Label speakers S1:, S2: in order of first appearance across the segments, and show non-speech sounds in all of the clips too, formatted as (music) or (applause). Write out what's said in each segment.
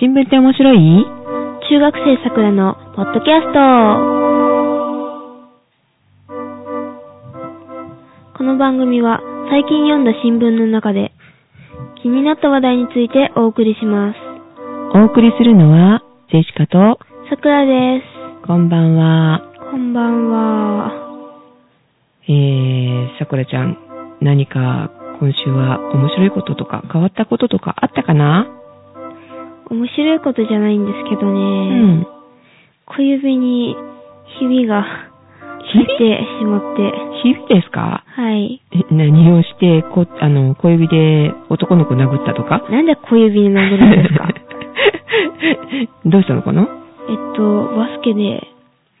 S1: 新聞って面白い
S2: 中学生さくらのポッドキャスト。この番組は最近読んだ新聞の中で気になった話題についてお送りします。
S1: お送りするのは、ジェシカと、
S2: さくらです。
S1: こんばんは。
S2: こんばんは。
S1: えー、さくらちゃん、何か今週は面白いこととか変わったこととかあったかな
S2: 面白いことじゃないんですけど
S1: う
S2: ね。
S1: ん。
S2: 小指にひびが入ってしまって。
S1: 日々ですか
S2: はい。
S1: え何をして、こ、あの、小指で男の子殴ったとか
S2: なんで小指で殴るん (laughs) ですか
S1: (laughs) どうしたのかな
S2: えっと、バスケで、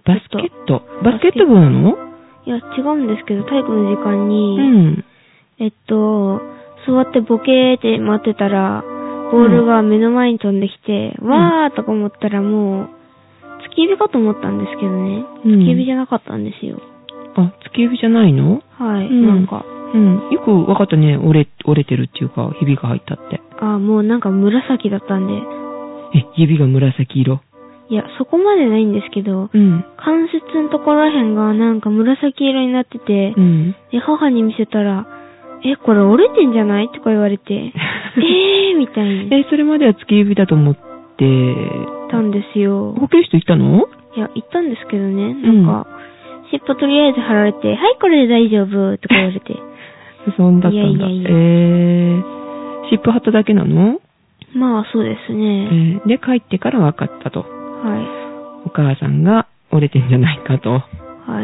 S1: バスケット。バ
S2: バ
S1: ス
S2: ス
S1: ケ
S2: ケ
S1: ット部なの
S2: いや、違うんですけど、体育の時間
S1: う
S2: に、
S1: ん。
S2: えっと、座ってボケーって待ってたら、ボールが目の前に飛んできて、
S1: ん
S2: わーとか思ったらもう、突き指かと思ったんですけどね。
S1: うん
S2: 突き指じゃなかったんですよ。
S1: あ、突き指じゃないの
S2: はい、
S1: うん
S2: なんか。
S1: うん。よくわかったね。折れ、折れてるっていうか、ひびが入ったって。
S2: あーもうなんか紫だったんで。
S1: え、指が紫色。
S2: いや、そこまでないんですけど、
S1: うん。
S2: 関節のところらへんがなんか紫色になってて、
S1: うん。
S2: で、母に見せたら、え、これ折れてんじゃないとか言われて、
S1: (laughs)
S2: えーみたいに
S1: え、それまでは突き指だと思って、
S2: 言ったんですよ。
S1: 保健室行ったの
S2: いや、行ったんですけどね、
S1: ん
S2: なんか、尻尾とりあえず貼られて、はい、これで大丈夫とか言わ
S1: (laughs)
S2: れて。
S1: そんだったんだ。
S2: いやいやいや
S1: えー、湿布貼っただけなの、
S2: まあ、そうです
S1: え
S2: ね。
S1: ーで、帰ってから分かったと。
S2: は
S1: お母さんが折れてんじゃないかと。
S2: い。は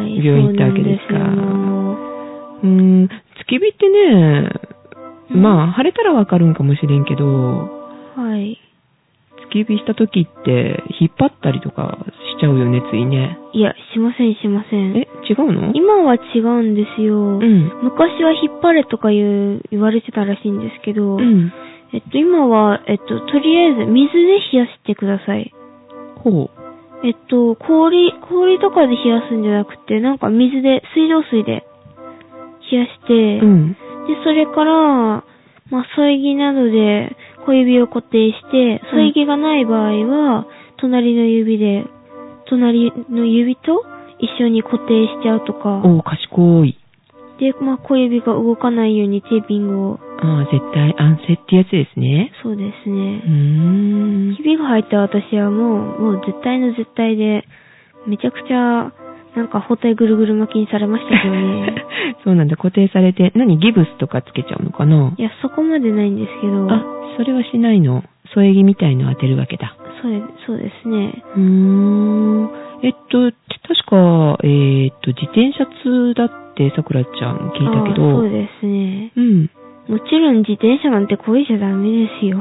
S2: い。
S1: 病院行ったわけですか
S2: そうなん
S1: うーん、月日ってね、
S2: うん
S1: まあ、晴れたらわかるんかもしれんけど、
S2: ですよはい。
S1: 月日した時って、引っ張ったりとかしちゃうよね、ついね。
S2: いや、しません、しません。
S1: え、違うの
S2: 今は違うんですよ。
S1: うん。
S2: 昔は引っ張れとか言う言われてたらしいんですけど、
S1: うん。
S2: えっと、今は、えっと、とりあえず水で冷やしてください。
S1: ほう。
S2: えっと、氷、氷とかで冷やすんじゃなくて、なんか水で、水道水で冷やして、
S1: うん。
S2: で、それから、まあ、添え木などで小指を固定して、添え木がない場合は、隣の指で、隣の指と一緒に固定しちゃうとか、
S1: おう、賢い。
S2: で、まあ、小指が動かないようにテーピングを、
S1: ああ、絶対安静ってやつですね。
S2: そうです
S1: うー
S2: ね。
S1: ん
S2: ひ。びが入った私はもう、もう絶対の絶対で、めちゃくちゃ、なんか包帯ぐるぐる巻きにされましたけどね。
S1: (laughs) そうなんだ、固定されて、何、ギブスとかつけちゃうのかない
S2: や、そこまでないんですけど、
S1: あ、それはしないの。添え木みたいの当てるわけだ。
S2: そうでそうですね。
S1: うーん。えっと、確か、えーっと、自転車通だってさくらちゃん聞いたけ
S2: あー
S1: ど、
S2: そうですね。
S1: うん。
S2: もちろん自転車なんてこいじゃダメで
S1: (laughs)
S2: すよ。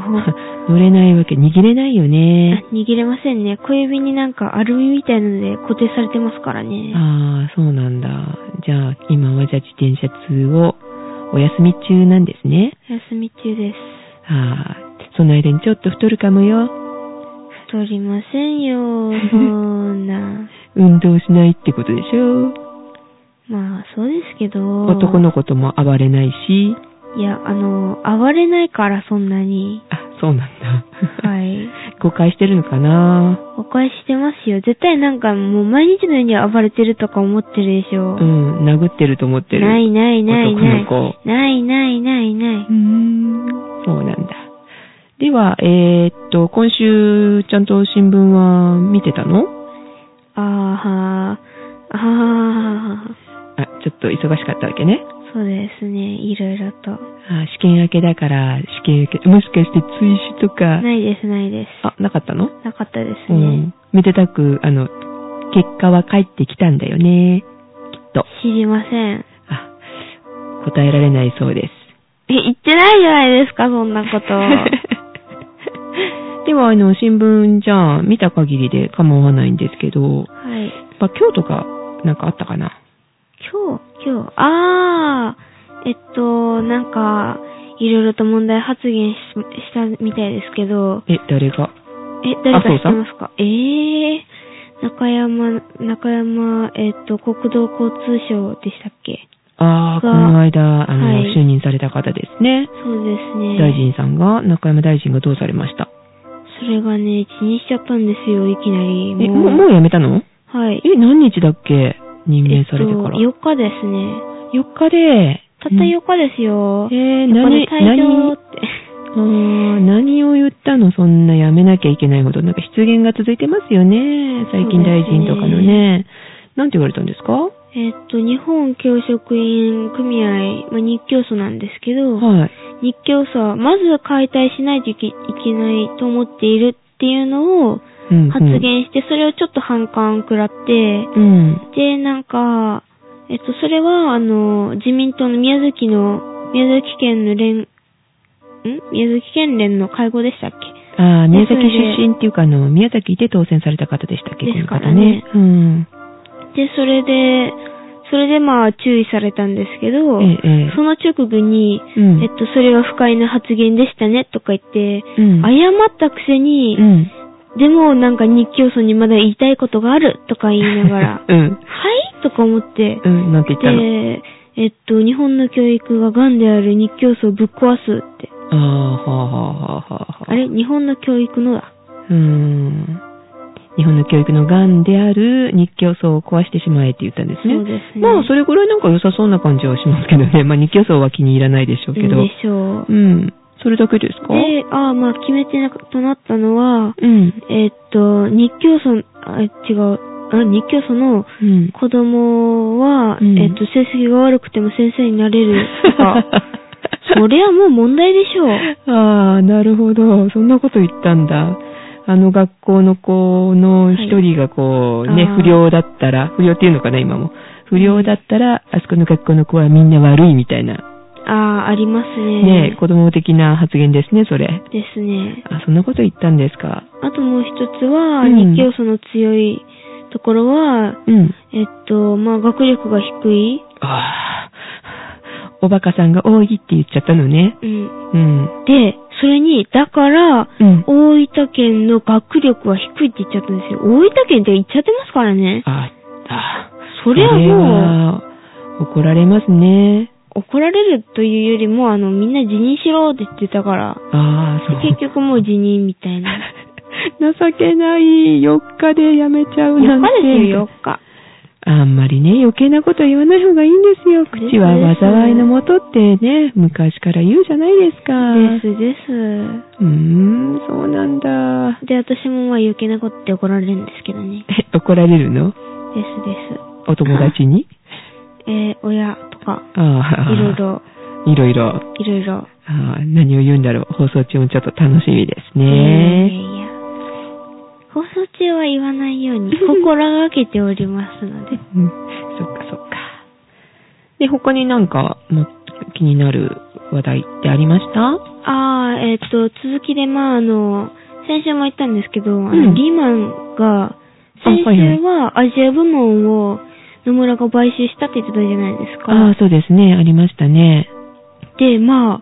S1: 乗れないわけ、握れないよね。
S2: あ握れませんね。小指になんかアルミみたいなので固定されてますからね。
S1: ああ、そうなんだ。じゃあ、今はじゃあ自転車通をお休み中なんですね。
S2: お休み中です。
S1: ああ、その間にちょっと太るかもよ。
S2: 太りませんよ。そ
S1: (laughs)
S2: んな。
S1: 運動しないってことでしょ。
S2: まあ、そうですけど。
S1: 男の子とも暴れないし。
S2: いや、あの、暴れないからそんなに。
S1: あ、そうなんだ。
S2: はい。
S1: (laughs) 誤解してるのかな
S2: 誤解してますよ。絶対なんかもう毎日のように暴れてるとか思ってるでし
S1: う
S2: ょ。
S1: ん、殴ってると思ってる。
S2: ないないないない。
S1: 男の子。。
S2: ないないないないう
S1: ーん、そうなんだ。では、えーっと、今週、ちゃんと新聞は見てたの
S2: あーはー、あー、
S1: あ、ちょっと忙しかったわけね。
S2: そうですね、いろいろと。
S1: あ試験明けだから、試験明け、もしかして追試とか、
S2: ないです、ないです。
S1: あ、なかったの
S2: なかったです
S1: う
S2: ね。
S1: ん。めでたく、あの、結果は返ってきたんだよね。きっと。
S2: 知りません。
S1: あ、答えられないそうです。
S2: え、言ってないじゃないですか、そんなこと。
S1: (laughs) では、あの、新聞じゃあ、見た限りで構わないんですけど、
S2: はい。
S1: まあ、今日とか、なんかあったかな
S2: 今日、今日、あー、えっと、なんか、いろいろと問題発言ししたみたいですけど、
S1: え、誰が
S2: え、誰か知
S1: 麻生
S2: っ
S1: さ
S2: て
S1: ん
S2: ますかえー、中山、中山、えっと、国土交通省でしたっけ
S1: ああ、
S2: が
S1: この間、あの、
S2: はい
S1: 就任された方ですね。
S2: そうですね。
S1: 大臣さんが、中山大臣がどうされました
S2: それがね、辞任しちゃったんですよ、いきなり。
S1: え、もう、もうやめたの
S2: はい。
S1: え、何日だっけ任命されてから。
S2: えっと、4日ですね。
S1: 4日で、
S2: たった4日ですよ。
S1: えー、
S2: やっぱね
S1: 何、
S2: 退場
S1: 何
S2: っ、て。
S1: あ
S2: (laughs)
S1: ー何を言ったのそんなやめなきゃいけないほど。なんか失言が続いてますよね。最近大臣とかの
S2: そうです
S1: ね。なんて言われたんですかは
S2: えっと、日本教職員組合、まあ、日教組なんですけど、
S1: い。
S2: 日教組はまず解体しないといけいけないと思っているっていうのを
S1: うんうん
S2: 発。言して、それをちょっと反感食らって、
S1: うん。
S2: で、なんか、えっと、それは、あの、自民党の宮崎の、宮崎県の連、ん宮崎県連の会合でしたっけ
S1: ああ、宮崎
S2: それで
S1: 出身っていうか、あの、宮崎で当選された方でしたっけ、こ
S2: で
S1: の
S2: すか
S1: 方
S2: ら
S1: ね
S2: ね。
S1: うん。
S2: で、それで、それでまあ注意されたんですけど、
S1: ええ、ええ
S2: その直後に、
S1: うん
S2: えっと、それは不快な発言でしたね、とか言って、
S1: うん。
S2: 謝ったくせに
S1: う、ん。
S2: でもなんか日教祖にまだ言いたいことがある、とか言い
S1: (laughs)
S2: ながら、は
S1: うん。
S2: いとか
S1: (laughs)
S2: 思って、
S1: うん、なんて言ったの
S2: で、えっと、日本の教育が癌である日教祖をぶっ壊すって。
S1: ああ、はあはあはあはあ。
S2: あれ日本の教育のだ。
S1: うーん。日本の教育の癌である日教層を壊してしまえって言ったんですね。
S2: そうですね。
S1: まあ、それぐらいなんか良さそうな感じはしますけどね。 (laughs) まあ、日教層は気に入らないでしょうけど。
S2: でしょう
S1: う。ん。それだけですか
S2: で、ああ、まあ、決め手なとなったのは、
S1: うん。
S2: えっと、日教祖、あ、違う、あ日教祖の
S1: うん。
S2: 子供は、
S1: うん
S2: えっと、成績が悪くても先生にな
S1: (laughs)
S2: れるとか、それはもう問題でしょう。
S1: ああ、なるほど。そんなこと言ったんだ。あの学校の子の一人がこうね、
S2: はいあー
S1: 不良だったら、不良っていうのかな、今も。不良だったら、あそこの学校の子はみんな悪いみたいな、
S2: ああ、ありますね。
S1: ね、子供的な発言ですね、それ。
S2: ですね。
S1: あ、そんなこと言ったんですか。
S2: あともう一つは、
S1: うん
S2: 日教祖の強いところは、
S1: うん。
S2: えっと、まあ、学力が低い。
S1: ああ、おバカさんが多いって言っちゃったのね。
S2: うん。
S1: うん。
S2: で、それに、だから、
S1: うん。
S2: 大分県の学力は低いって言っちゃったんですよ。大分県って言っちゃってますからね。
S1: ああ、
S2: それはも
S1: う、
S2: う、
S1: 怒られますね。
S2: 怒られるというよりも、あの、みんな辞任しろって言ってたから、
S1: ああ、そう。
S2: 結局もう辞任みた
S1: (laughs)
S2: いな。
S1: 情けない。4日でやめちゃう
S2: 4
S1: なんて。
S2: 日ですよ、4日。
S1: あんまりね、余計なこと言わない方がいいんですよ。
S2: です
S1: 口は災いのもとってね、昔から言うじゃないですか。
S2: ですで
S1: うーん、そうなんだ。
S2: す。で、私もまあ余計なことって怒られるんですけどね。
S1: え、怒られるの
S2: ですです。
S1: お友達に
S2: えー、親とか、
S1: ああ。
S2: いろい。ろ、
S1: いろいろ。
S2: いろいろ。
S1: ああ、何を言うんだろう。放送中もちょっと楽しみです
S2: いやいや
S1: ね。
S2: いや。放送中は言わないよ
S1: (laughs)
S2: うに心がけておりますので。
S1: うん。そっかそっか。で、他になんか、ま、気になる話題ってありました
S2: あー、えっ、と、続きで、まあ、あの、先週も言ったんですけど、あ
S1: うん
S2: のリーマンが、先
S1: あはい
S2: 週はアジア部門を野村が買収したって言ってたじゃないですか。
S1: ああ、そうですね。ありましたね。
S2: で、まあ、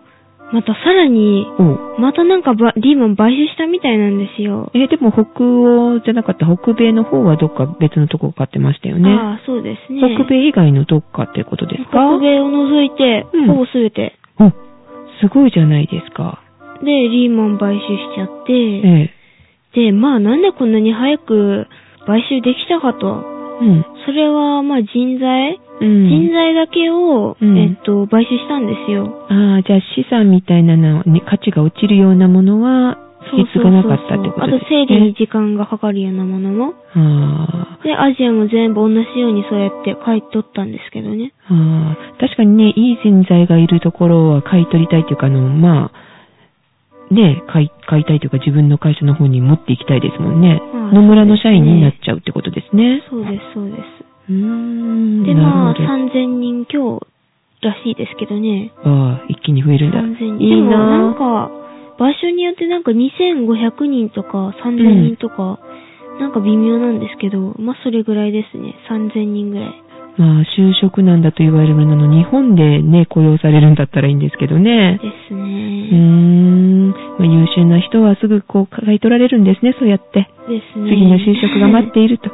S2: またさらに、
S1: おう
S2: またなんかばリーマン買収したみたいなんですよ。
S1: えーでも北欧じゃなかった北米の方はどっか別のとこ買ってましたよね。
S2: ああ、そうですね。
S1: 北米以外のどっかってことですか
S2: 北米を除いて
S1: うん、
S2: ほぼすべて。
S1: おすごいじゃないですか。
S2: で、リーマン買収しちゃって、
S1: ええ
S2: で、まあなんでこんなに早く買収できたかと。
S1: うん。
S2: それは、まあ人材、
S1: うん。
S2: 人材だけを、
S1: うん
S2: えっと、買収したんですよ。
S1: ああ、じゃあ資産みたいなのは、ね、価値が落ちるようなものは、引き継がなかったってことですね。
S2: あと整理に時間がかかるようなものも。
S1: あ
S2: で、アジアも全部同じようにそうやって買い取ったんですけどね。
S1: あああ確かにね、いい人材がいるところは買い取りたいというか、あの、まあ、ね、買い、買いたいというか自分の会社の方に持っていきたいですもんね。
S2: まあ
S1: 野村の社員になっちゃうってことですね。
S2: そうです、そうです。
S1: うーん。
S2: で、ま
S1: な
S2: あ
S1: るほど。
S2: 3000人強らしいですけどね。
S1: ああ、一気に増えるんだ。
S2: 3000人。
S1: いい
S2: でもな
S1: なん
S2: か、場所によってなんか2500人とか3000人とか、なんか微妙なんですけど、まあそれぐらいですね。3000人ぐらい。
S1: まあ、就職難だと言われるものの、日本でね、雇用されるんだったらいいんですけどね。
S2: です
S1: うー
S2: ね。
S1: ん。まあ、優秀な人はすぐこう、買い取られるんですね、そうやって。
S2: ですね。
S1: 次の就職が待っていると。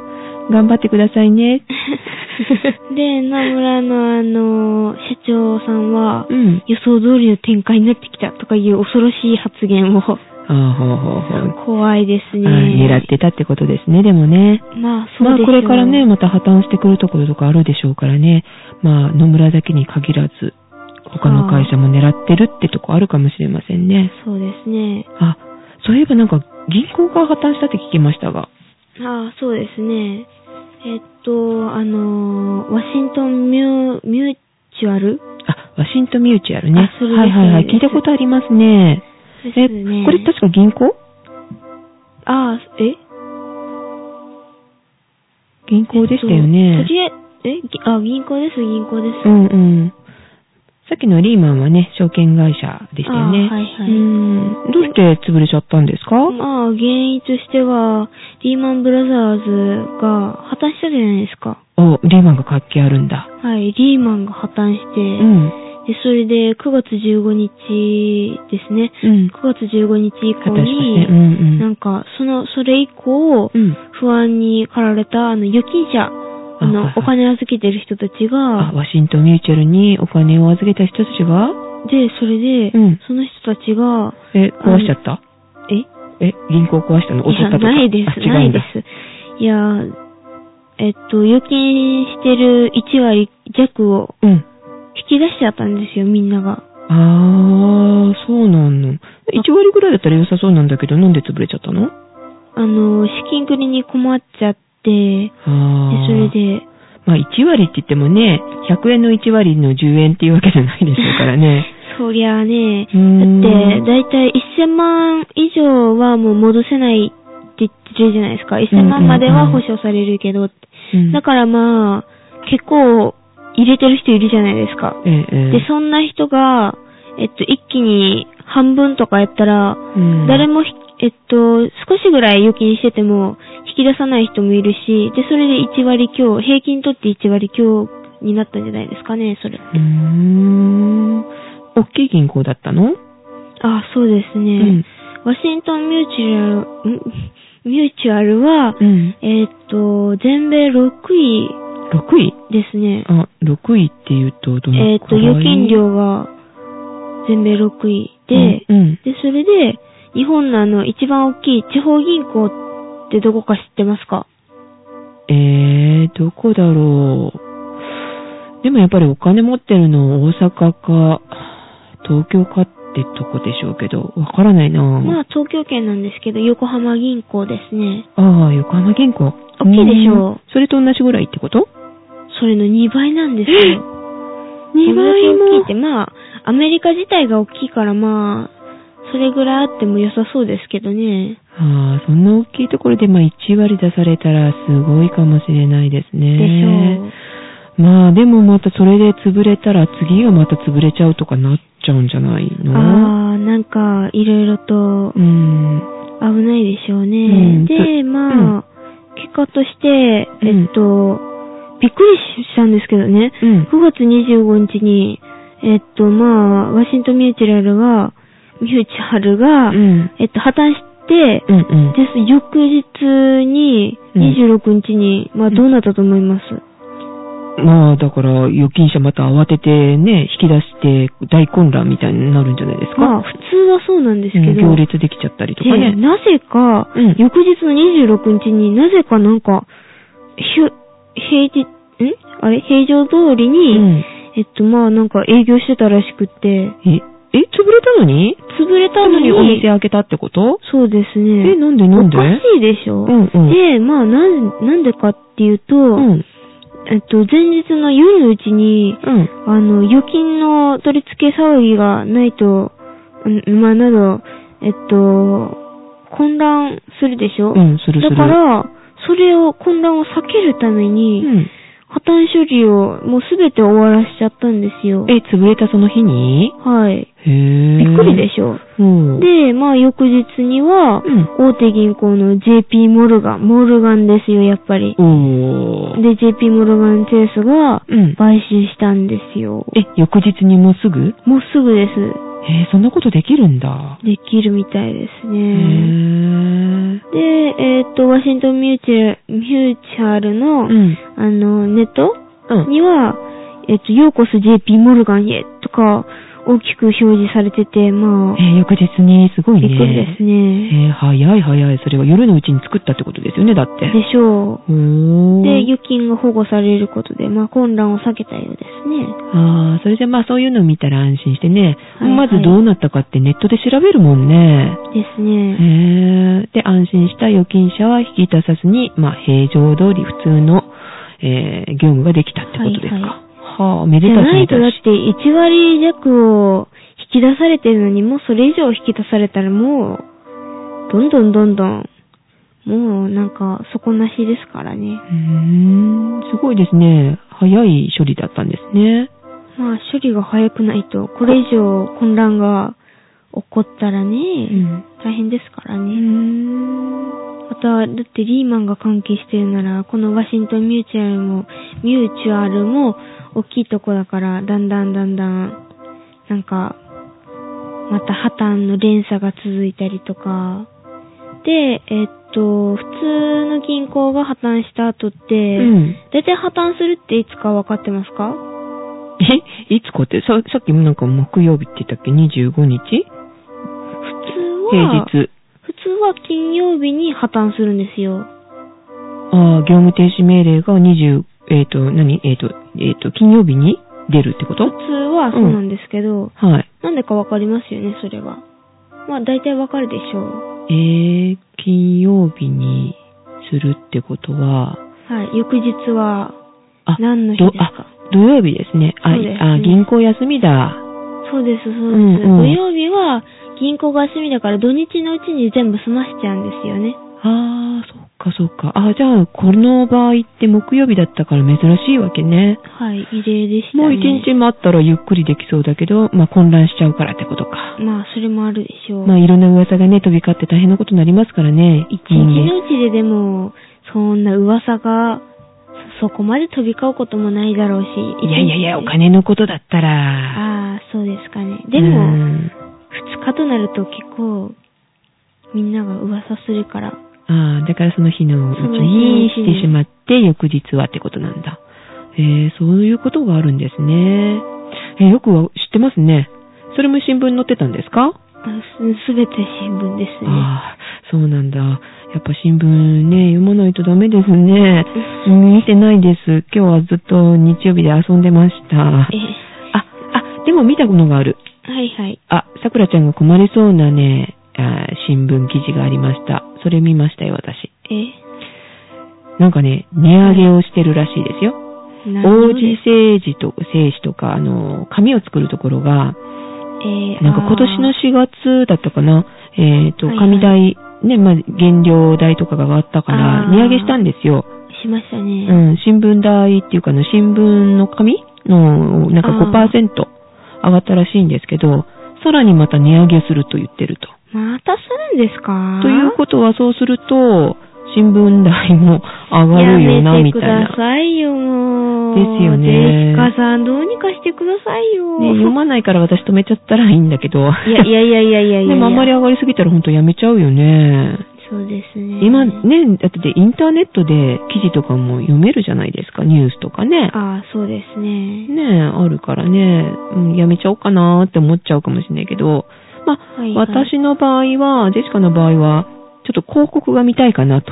S1: 頑張ってください (laughs) ね。
S2: (laughs) で、野村のあの、社長さんは
S1: う、ん。
S2: 予想通りの展開になってきたとかいう恐ろしい発言を。
S1: ああ、ほうほうほう。
S2: 怖いですね。
S1: ああ狙ってたってことですね、でもね。
S2: まあ、そう
S1: まあ、
S2: です
S1: これからね、また破綻してくるところとかあるでしょうからね。まあ、野村だけに限らず、他の会社も狙ってるってとこあるかもしれませんね。
S2: そうですね。
S1: あ、そういえばなんか、銀行が破綻したって聞きましたが。
S2: ああ、そうですね。えっと、あのー、ワシントンミュー、ミューチュアル
S1: あ、ワシントンミューチュアルね
S2: あ。それです
S1: はいはいはい。
S2: それです
S1: 聞いたことありますね。
S2: です
S1: え、
S2: ね。
S1: これ確か銀行
S2: ああ、え
S1: 銀行でしたよ
S2: えっ
S1: ね
S2: と。とりあええぎあ、銀行です、銀行です。
S1: うんうん。さっきのリーマンはね、証券会社でしたよね。
S2: あはいは
S1: う
S2: い。
S1: ん。どうして潰れちゃったんですか
S2: まあ、原因としては、リーマンブラザーズが破綻したじゃないですか。
S1: お、リーマンが活気あるんだ。
S2: はい、リーマンが破綻して、
S1: うん。
S2: で、それで9月15日ですね。
S1: うん。
S2: 9月15日以降
S1: 形としてね。う
S2: に、なんんか、その、それ以降
S1: う、ん。うん。
S2: 不安に駆られた、あの、預金者、あの、
S1: はいはい
S2: お金預けてる人たち
S1: あ、
S2: が、
S1: ワシントンミューチュアルにお金を預けた人たちが、
S2: で、それで、
S1: うん
S2: その人たちが、
S1: え、壊しちゃった
S2: え
S1: え、銀行壊したの襲
S2: い
S1: っ
S2: や、
S1: たとか
S2: ないです、
S1: あ違
S2: な
S1: う
S2: い
S1: ん
S2: で
S1: だ
S2: す。いや、えっと、預金してる1割弱を
S1: うん。
S2: 引き出しちゃったんですよ、みんなが。
S1: あー、そうなの。1割ぐらいだったら良さそうなんだけど、なんで潰れちゃったの
S2: あの、資金繰りに困っちゃって、で、
S1: あ
S2: そ
S1: ー。
S2: れで、
S1: まあ、1割って言ってもね、100円の1割の10円っていうわけじゃないでしょうからね。
S2: そりゃあね、
S1: うー
S2: (laughs) だっ
S1: ん
S2: て、だいたい1000万以上はもう戻せないって言ってるじゃないですか。1000万までは保証されるけど、
S1: うん
S2: だからまあ、結構入れてる人いるじゃないですか。
S1: ええええ
S2: で、そんな人が、えっと、一気に半分とかやったら、
S1: うん
S2: 誰もひ、えっと、少しぐらい預金してても引き出さない人もいるし、で、それで1割強、平均取って1割強になったんじゃないですかね、それ。
S1: うーん。大きい銀行だったの
S2: あ、そうですね。
S1: うん
S2: ワシントンミューチュアル、ん (laughs) ミューチュアルは、
S1: うん。
S2: えっと、全米6位
S1: 6位
S2: ですね。
S1: あ、6位っていうとどのくらい
S2: えっと、預金量が全米6位で、
S1: うんうん
S2: で、それで、日本のあの、一番大きい地方銀行ってどこか知ってますか
S1: えー、どこだろう。でもやっぱりお金持ってるの大阪か、東京かってとこでしょうけど、わからないな
S2: まあ、東京圏なんですけど、横浜銀行ですね。
S1: ああ、横浜銀行。
S2: 大きいでしょうん
S1: それと同じぐらいってこと
S2: それの2倍なんですよ。
S1: ?2
S2: こ
S1: 倍
S2: んだけ大きいって、
S1: も。
S2: まあ、アメリカ自体が大きいから、まあ、それぐらいあっても良さそうですけどね。
S1: ああ、そんな大きいところで、まあ1割出されたらすごいかもしれないですね。
S2: でしょう。
S1: まあでもまたそれで潰れたら次がまた潰れちゃうとかなっちゃうんじゃないの
S2: ああ、なんか、いろいろと
S1: うん。
S2: 危ないでしょうね。
S1: うん
S2: で、
S1: そ
S2: まあ、結果として、えっと、びっくりしたんですけどね。
S1: うん。
S2: 9月25日に、えっと、まあ、ワシントンミューチュアルが、ミューチュアルが、
S1: うん。
S2: えっと、破綻して、
S1: うんうん。
S2: です、翌日に、
S1: うん
S2: 26日に、まあ、どうなったと思います、
S1: まあだから預金者また慌ててね、引き出して大混乱みたいになるんじゃないですか。
S2: まあ、普通はそうなんですけど、
S1: うん行列できちゃったりとか
S2: で
S1: ね。
S2: なぜか、
S1: うん
S2: 翌日の26日になぜかなんか、ひゅ、平日、んあれ平常通り
S1: う
S2: に、
S1: ん。
S2: えっと、まあ、なんか営業してたらしくって、
S1: え、え、潰れたのに
S2: 潰れた
S1: な
S2: の
S1: のに
S2: に、
S1: お店開けたってこと
S2: そうで
S1: え、
S2: すね。
S1: なんでなんで
S2: おかしいでしょ、
S1: うんうん
S2: で、まあ、なん、なんでかっていうと、
S1: うん。
S2: えっと、前日の夜のうちに、
S1: うん。
S2: あの、預金の取り付け騒ぎがないと、うんまあ、など、えっと、混乱するでしょ
S1: うん、するする。
S2: だか、ら、それを、混乱を避けるため
S1: う
S2: に、
S1: ん。
S2: 破綻処理をもうすべて終わらしちゃったんですよ。
S1: え、潰れたその日に
S2: はい。
S1: へえ。
S2: びっくりでしょ。
S1: うん。
S2: で、まあ、翌日には、
S1: うん
S2: 大手銀行の JP モルガン、モルガンですよ、やっぱり。
S1: おー。
S2: で、JP モルガンチェイスが、
S1: うん。
S2: 買収したんですよ。
S1: え、翌日にもうすぐ
S2: もうすぐです。
S1: えー、そんなことできるんだ。
S2: できるみたいです
S1: へ
S2: ね。
S1: ー。
S2: で、えーっと、ワシントンミューチュミューチャルの、
S1: うん。
S2: あの、ネット
S1: うん。
S2: には、えっと、ようこそ JP モルガンへとか、大きく表示されてて、まあ、
S1: えー翌日にすごいね。
S2: びっくりですね。
S1: えー早い早い。それは夜のうちに作ったってことですよね、だって。
S2: でしょ
S1: お
S2: う。
S1: ー
S2: で、ユキンが保護されることで、まあ、混乱を避けたようですね。
S1: ああ、それでまあそういうのを見たら安心してね、
S2: はい
S1: まずどうなったかってネットで調べるもんね。
S2: ですね。
S1: へえ。で、安心した預金者は引き出さずに、まあ平常通り普通の、えー、業務ができたってことですか。
S2: はい
S1: はあ、めで
S2: じゃ
S1: たく
S2: ない
S1: め
S2: と、だ
S1: だ
S2: っ
S1: して
S2: 1割弱を引き出されてるのに、もうそれ以上引き出されたらもう、どんどんどんどん、もうなんか底なしですからね。
S1: うーん、すごいですね。早い処理だったんですね。
S2: まあ処理が早くないと、これ以上混乱が起こったら
S1: う
S2: ね、
S1: ん。
S2: 大変ですから
S1: うー
S2: ね。
S1: ん。
S2: また、だってリーマンが関係してるなら、このワシントンミューチュアルも、ミューチュアルも大きいとこだから、だんだんだんだん、なんか、また破綻の連鎖が続いたりとか。で、えっと、普通の銀行が破綻した後って、
S1: うん
S2: 大体破綻するっていつか分かってますか
S1: え、いつこって、ささっきもなんか木曜日って言ったっけ ?25 日
S2: 普通
S1: 平
S2: は、
S1: 日。
S2: 普通は金曜日に破綻するんですよ。
S1: ああ、業務停止命令が20、えっ、と、何えっ、と、えっ、と、金曜日に出るってこ
S2: 普
S1: と
S2: 通はそうなんですけど、
S1: はい。
S2: なんでかわかりますよね、それは。まあ、大体わかるでしょう。
S1: えー、金曜日にするってことは、
S2: はい。翌日は、
S1: あ、
S2: 何の日
S1: ど
S2: です
S1: あ
S2: か
S1: 土曜日ですね。あ、
S2: そうですね
S1: あ銀行休みだ。
S2: そうです、そうです。
S1: うんうん
S2: 土曜日は、銀行が休みだから、土日のうちに全部済ましちゃうんですよね。
S1: ああ、そっかそっか。あじゃあ、この場合って木曜日だったから珍しいわけね。
S2: はい。異例でしたね。
S1: もう一日もあったらゆっくりできそうだけど、まあ混乱しちゃうからってことか。
S2: まあ、それもあるでしょう。
S1: まあいろんな噂がね、飛び交って大変なことになりますからね。
S2: 一日のうちででも、そんな噂が、そそこまで飛び交うこともないだろうし。
S1: いやいやいや、お
S2: 一日
S1: 金のことだったら。
S2: ああ、そうですかね。で
S1: う
S2: も、
S1: ん
S2: 二日となると結構、みんなが噂するから。
S1: ああ、だからその日のうち
S2: その日の
S1: に
S2: うち
S1: し
S2: に
S1: てしまって、翌日はってことなんだ。へえ、そういうことがあるんですね。え、よくは知ってますね。それも新聞に載ってたんですか
S2: あすすべて新聞ですね。
S1: ああ、そうなんだ。やっぱ新聞ね、読まないとダメですね。見てないです。今日はずっと日曜日で遊んでました。あ、
S2: え
S1: あ、でも見たものがある。
S2: はいはい。
S1: あ、さくらちゃんが困りそうなね、あー新聞記事がありました。それ見ましたよ、私。
S2: え、
S1: なんかね、値上げをしてるらしいですよ。
S2: 何
S1: 王
S2: をで
S1: 子
S2: す
S1: 製紙と、製紙とか、あの、紙を作るところが、
S2: え
S1: なんか今年の4月だったかな、えっ、と、
S2: はいはい
S1: 紙代、ね、まあ、原料代とかが上がったか
S2: あ
S1: ら、
S2: ー
S1: 値上げしたんですよ。
S2: あーしましたね。
S1: うん、新聞代っていうかあの、新聞の紙の、なんか
S2: あー
S1: 5%上がったらしいんですけど、さらにまた値上げすると言ってると。
S2: またするんですか
S1: ということはそうすると、新聞代も上がるよな、
S2: やめ
S1: み
S2: て
S1: たい
S2: くだ
S1: な。
S2: さいよ、もう。
S1: ですよね
S2: ジェシカさん、どうにかしてくださいよ。
S1: ね、読まないから私止めちゃったらいいんだけど。
S2: いやいやいやいやいやいや。
S1: (laughs) でもあんまり
S2: り。
S1: 上がりすぎたら本当やめちゃうよね。
S2: そうですね。
S1: 今ね、だってインターネットで記事とかも読めるじゃないですか、ニュースとかね。
S2: ああ、そうですね。
S1: ねあるからね、うん、やめちゃおうかなーって思っちゃうかもしれないけど、まあ、
S2: はいはい
S1: 私の場合は、ジェシカの場合は、ちょっと広告が見たいかなと。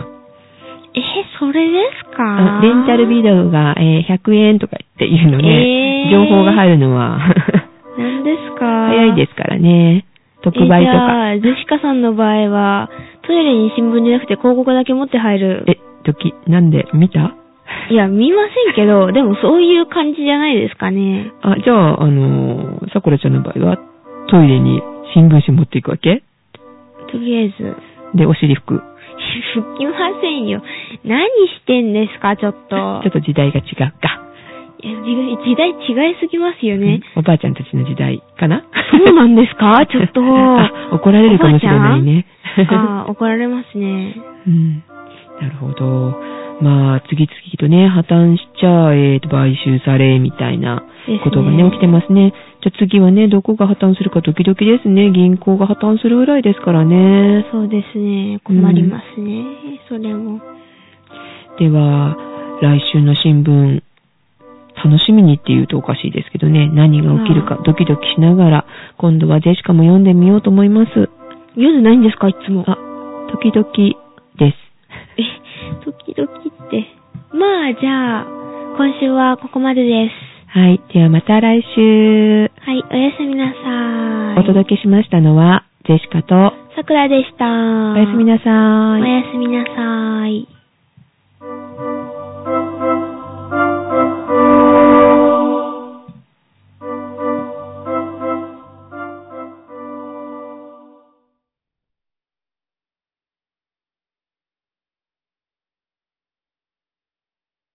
S2: え、それですか
S1: あレンタルビデオが、えー100円とかっていうのね、
S2: えー
S1: 情報が入るのは (laughs)
S2: 何ですか
S1: 早いですからね。特売とか。
S2: えじゃあ、ジェシカさんの場合は、トイレに新聞じゃなくて広告だけ持って入る。
S1: え、時、なんで、見た
S2: いや、見ませんけど、でもそういう感じじゃないですかね。
S1: あ、じゃあ、あのー、さくらちゃんの場合は、トイレに新聞紙持っていくわけ
S2: とりあえず。
S1: で、お尻拭く。
S2: 吹きませんよ。何してんですか、ちょっ
S1: ちょ
S2: と
S1: っ。と時代が違うか。
S2: いや時時代違いすぎますよね。
S1: うんおばあちゃんたちの時代かな
S2: そうなんですかちょ
S1: (laughs)
S2: っと
S1: あ怒られるかもしれないね。
S2: ああ、怒られますね。
S1: (laughs) うん。なるほど。まあ、次々とね、破綻しちゃ、えーと、買収され、みたいな
S2: ですね
S1: ことがね、起きてますね。じゃあ次はね、どこが破綻するかドキドキですね。銀行が破綻するぐらいですからね。
S2: そうですね。困りますね。それも。
S1: では、来週の新聞、楽しみにって言うとおかしいですけどね、何が起きるか
S2: あー
S1: ドキドキしながら、今度はジェシカも読んでみようと思います。
S2: 読んでないんですかいつも。
S1: あ、時々です。
S2: え、ドキドキって。まあ、じゃあ、今週はここまでです。
S1: はい、ではまた来週、
S2: はい、おやすみなさい。
S1: お届けしましたのは、ジェシカと、
S2: さくらでした。お
S1: おやすみなさ
S2: お
S1: い。
S2: やすみなさい。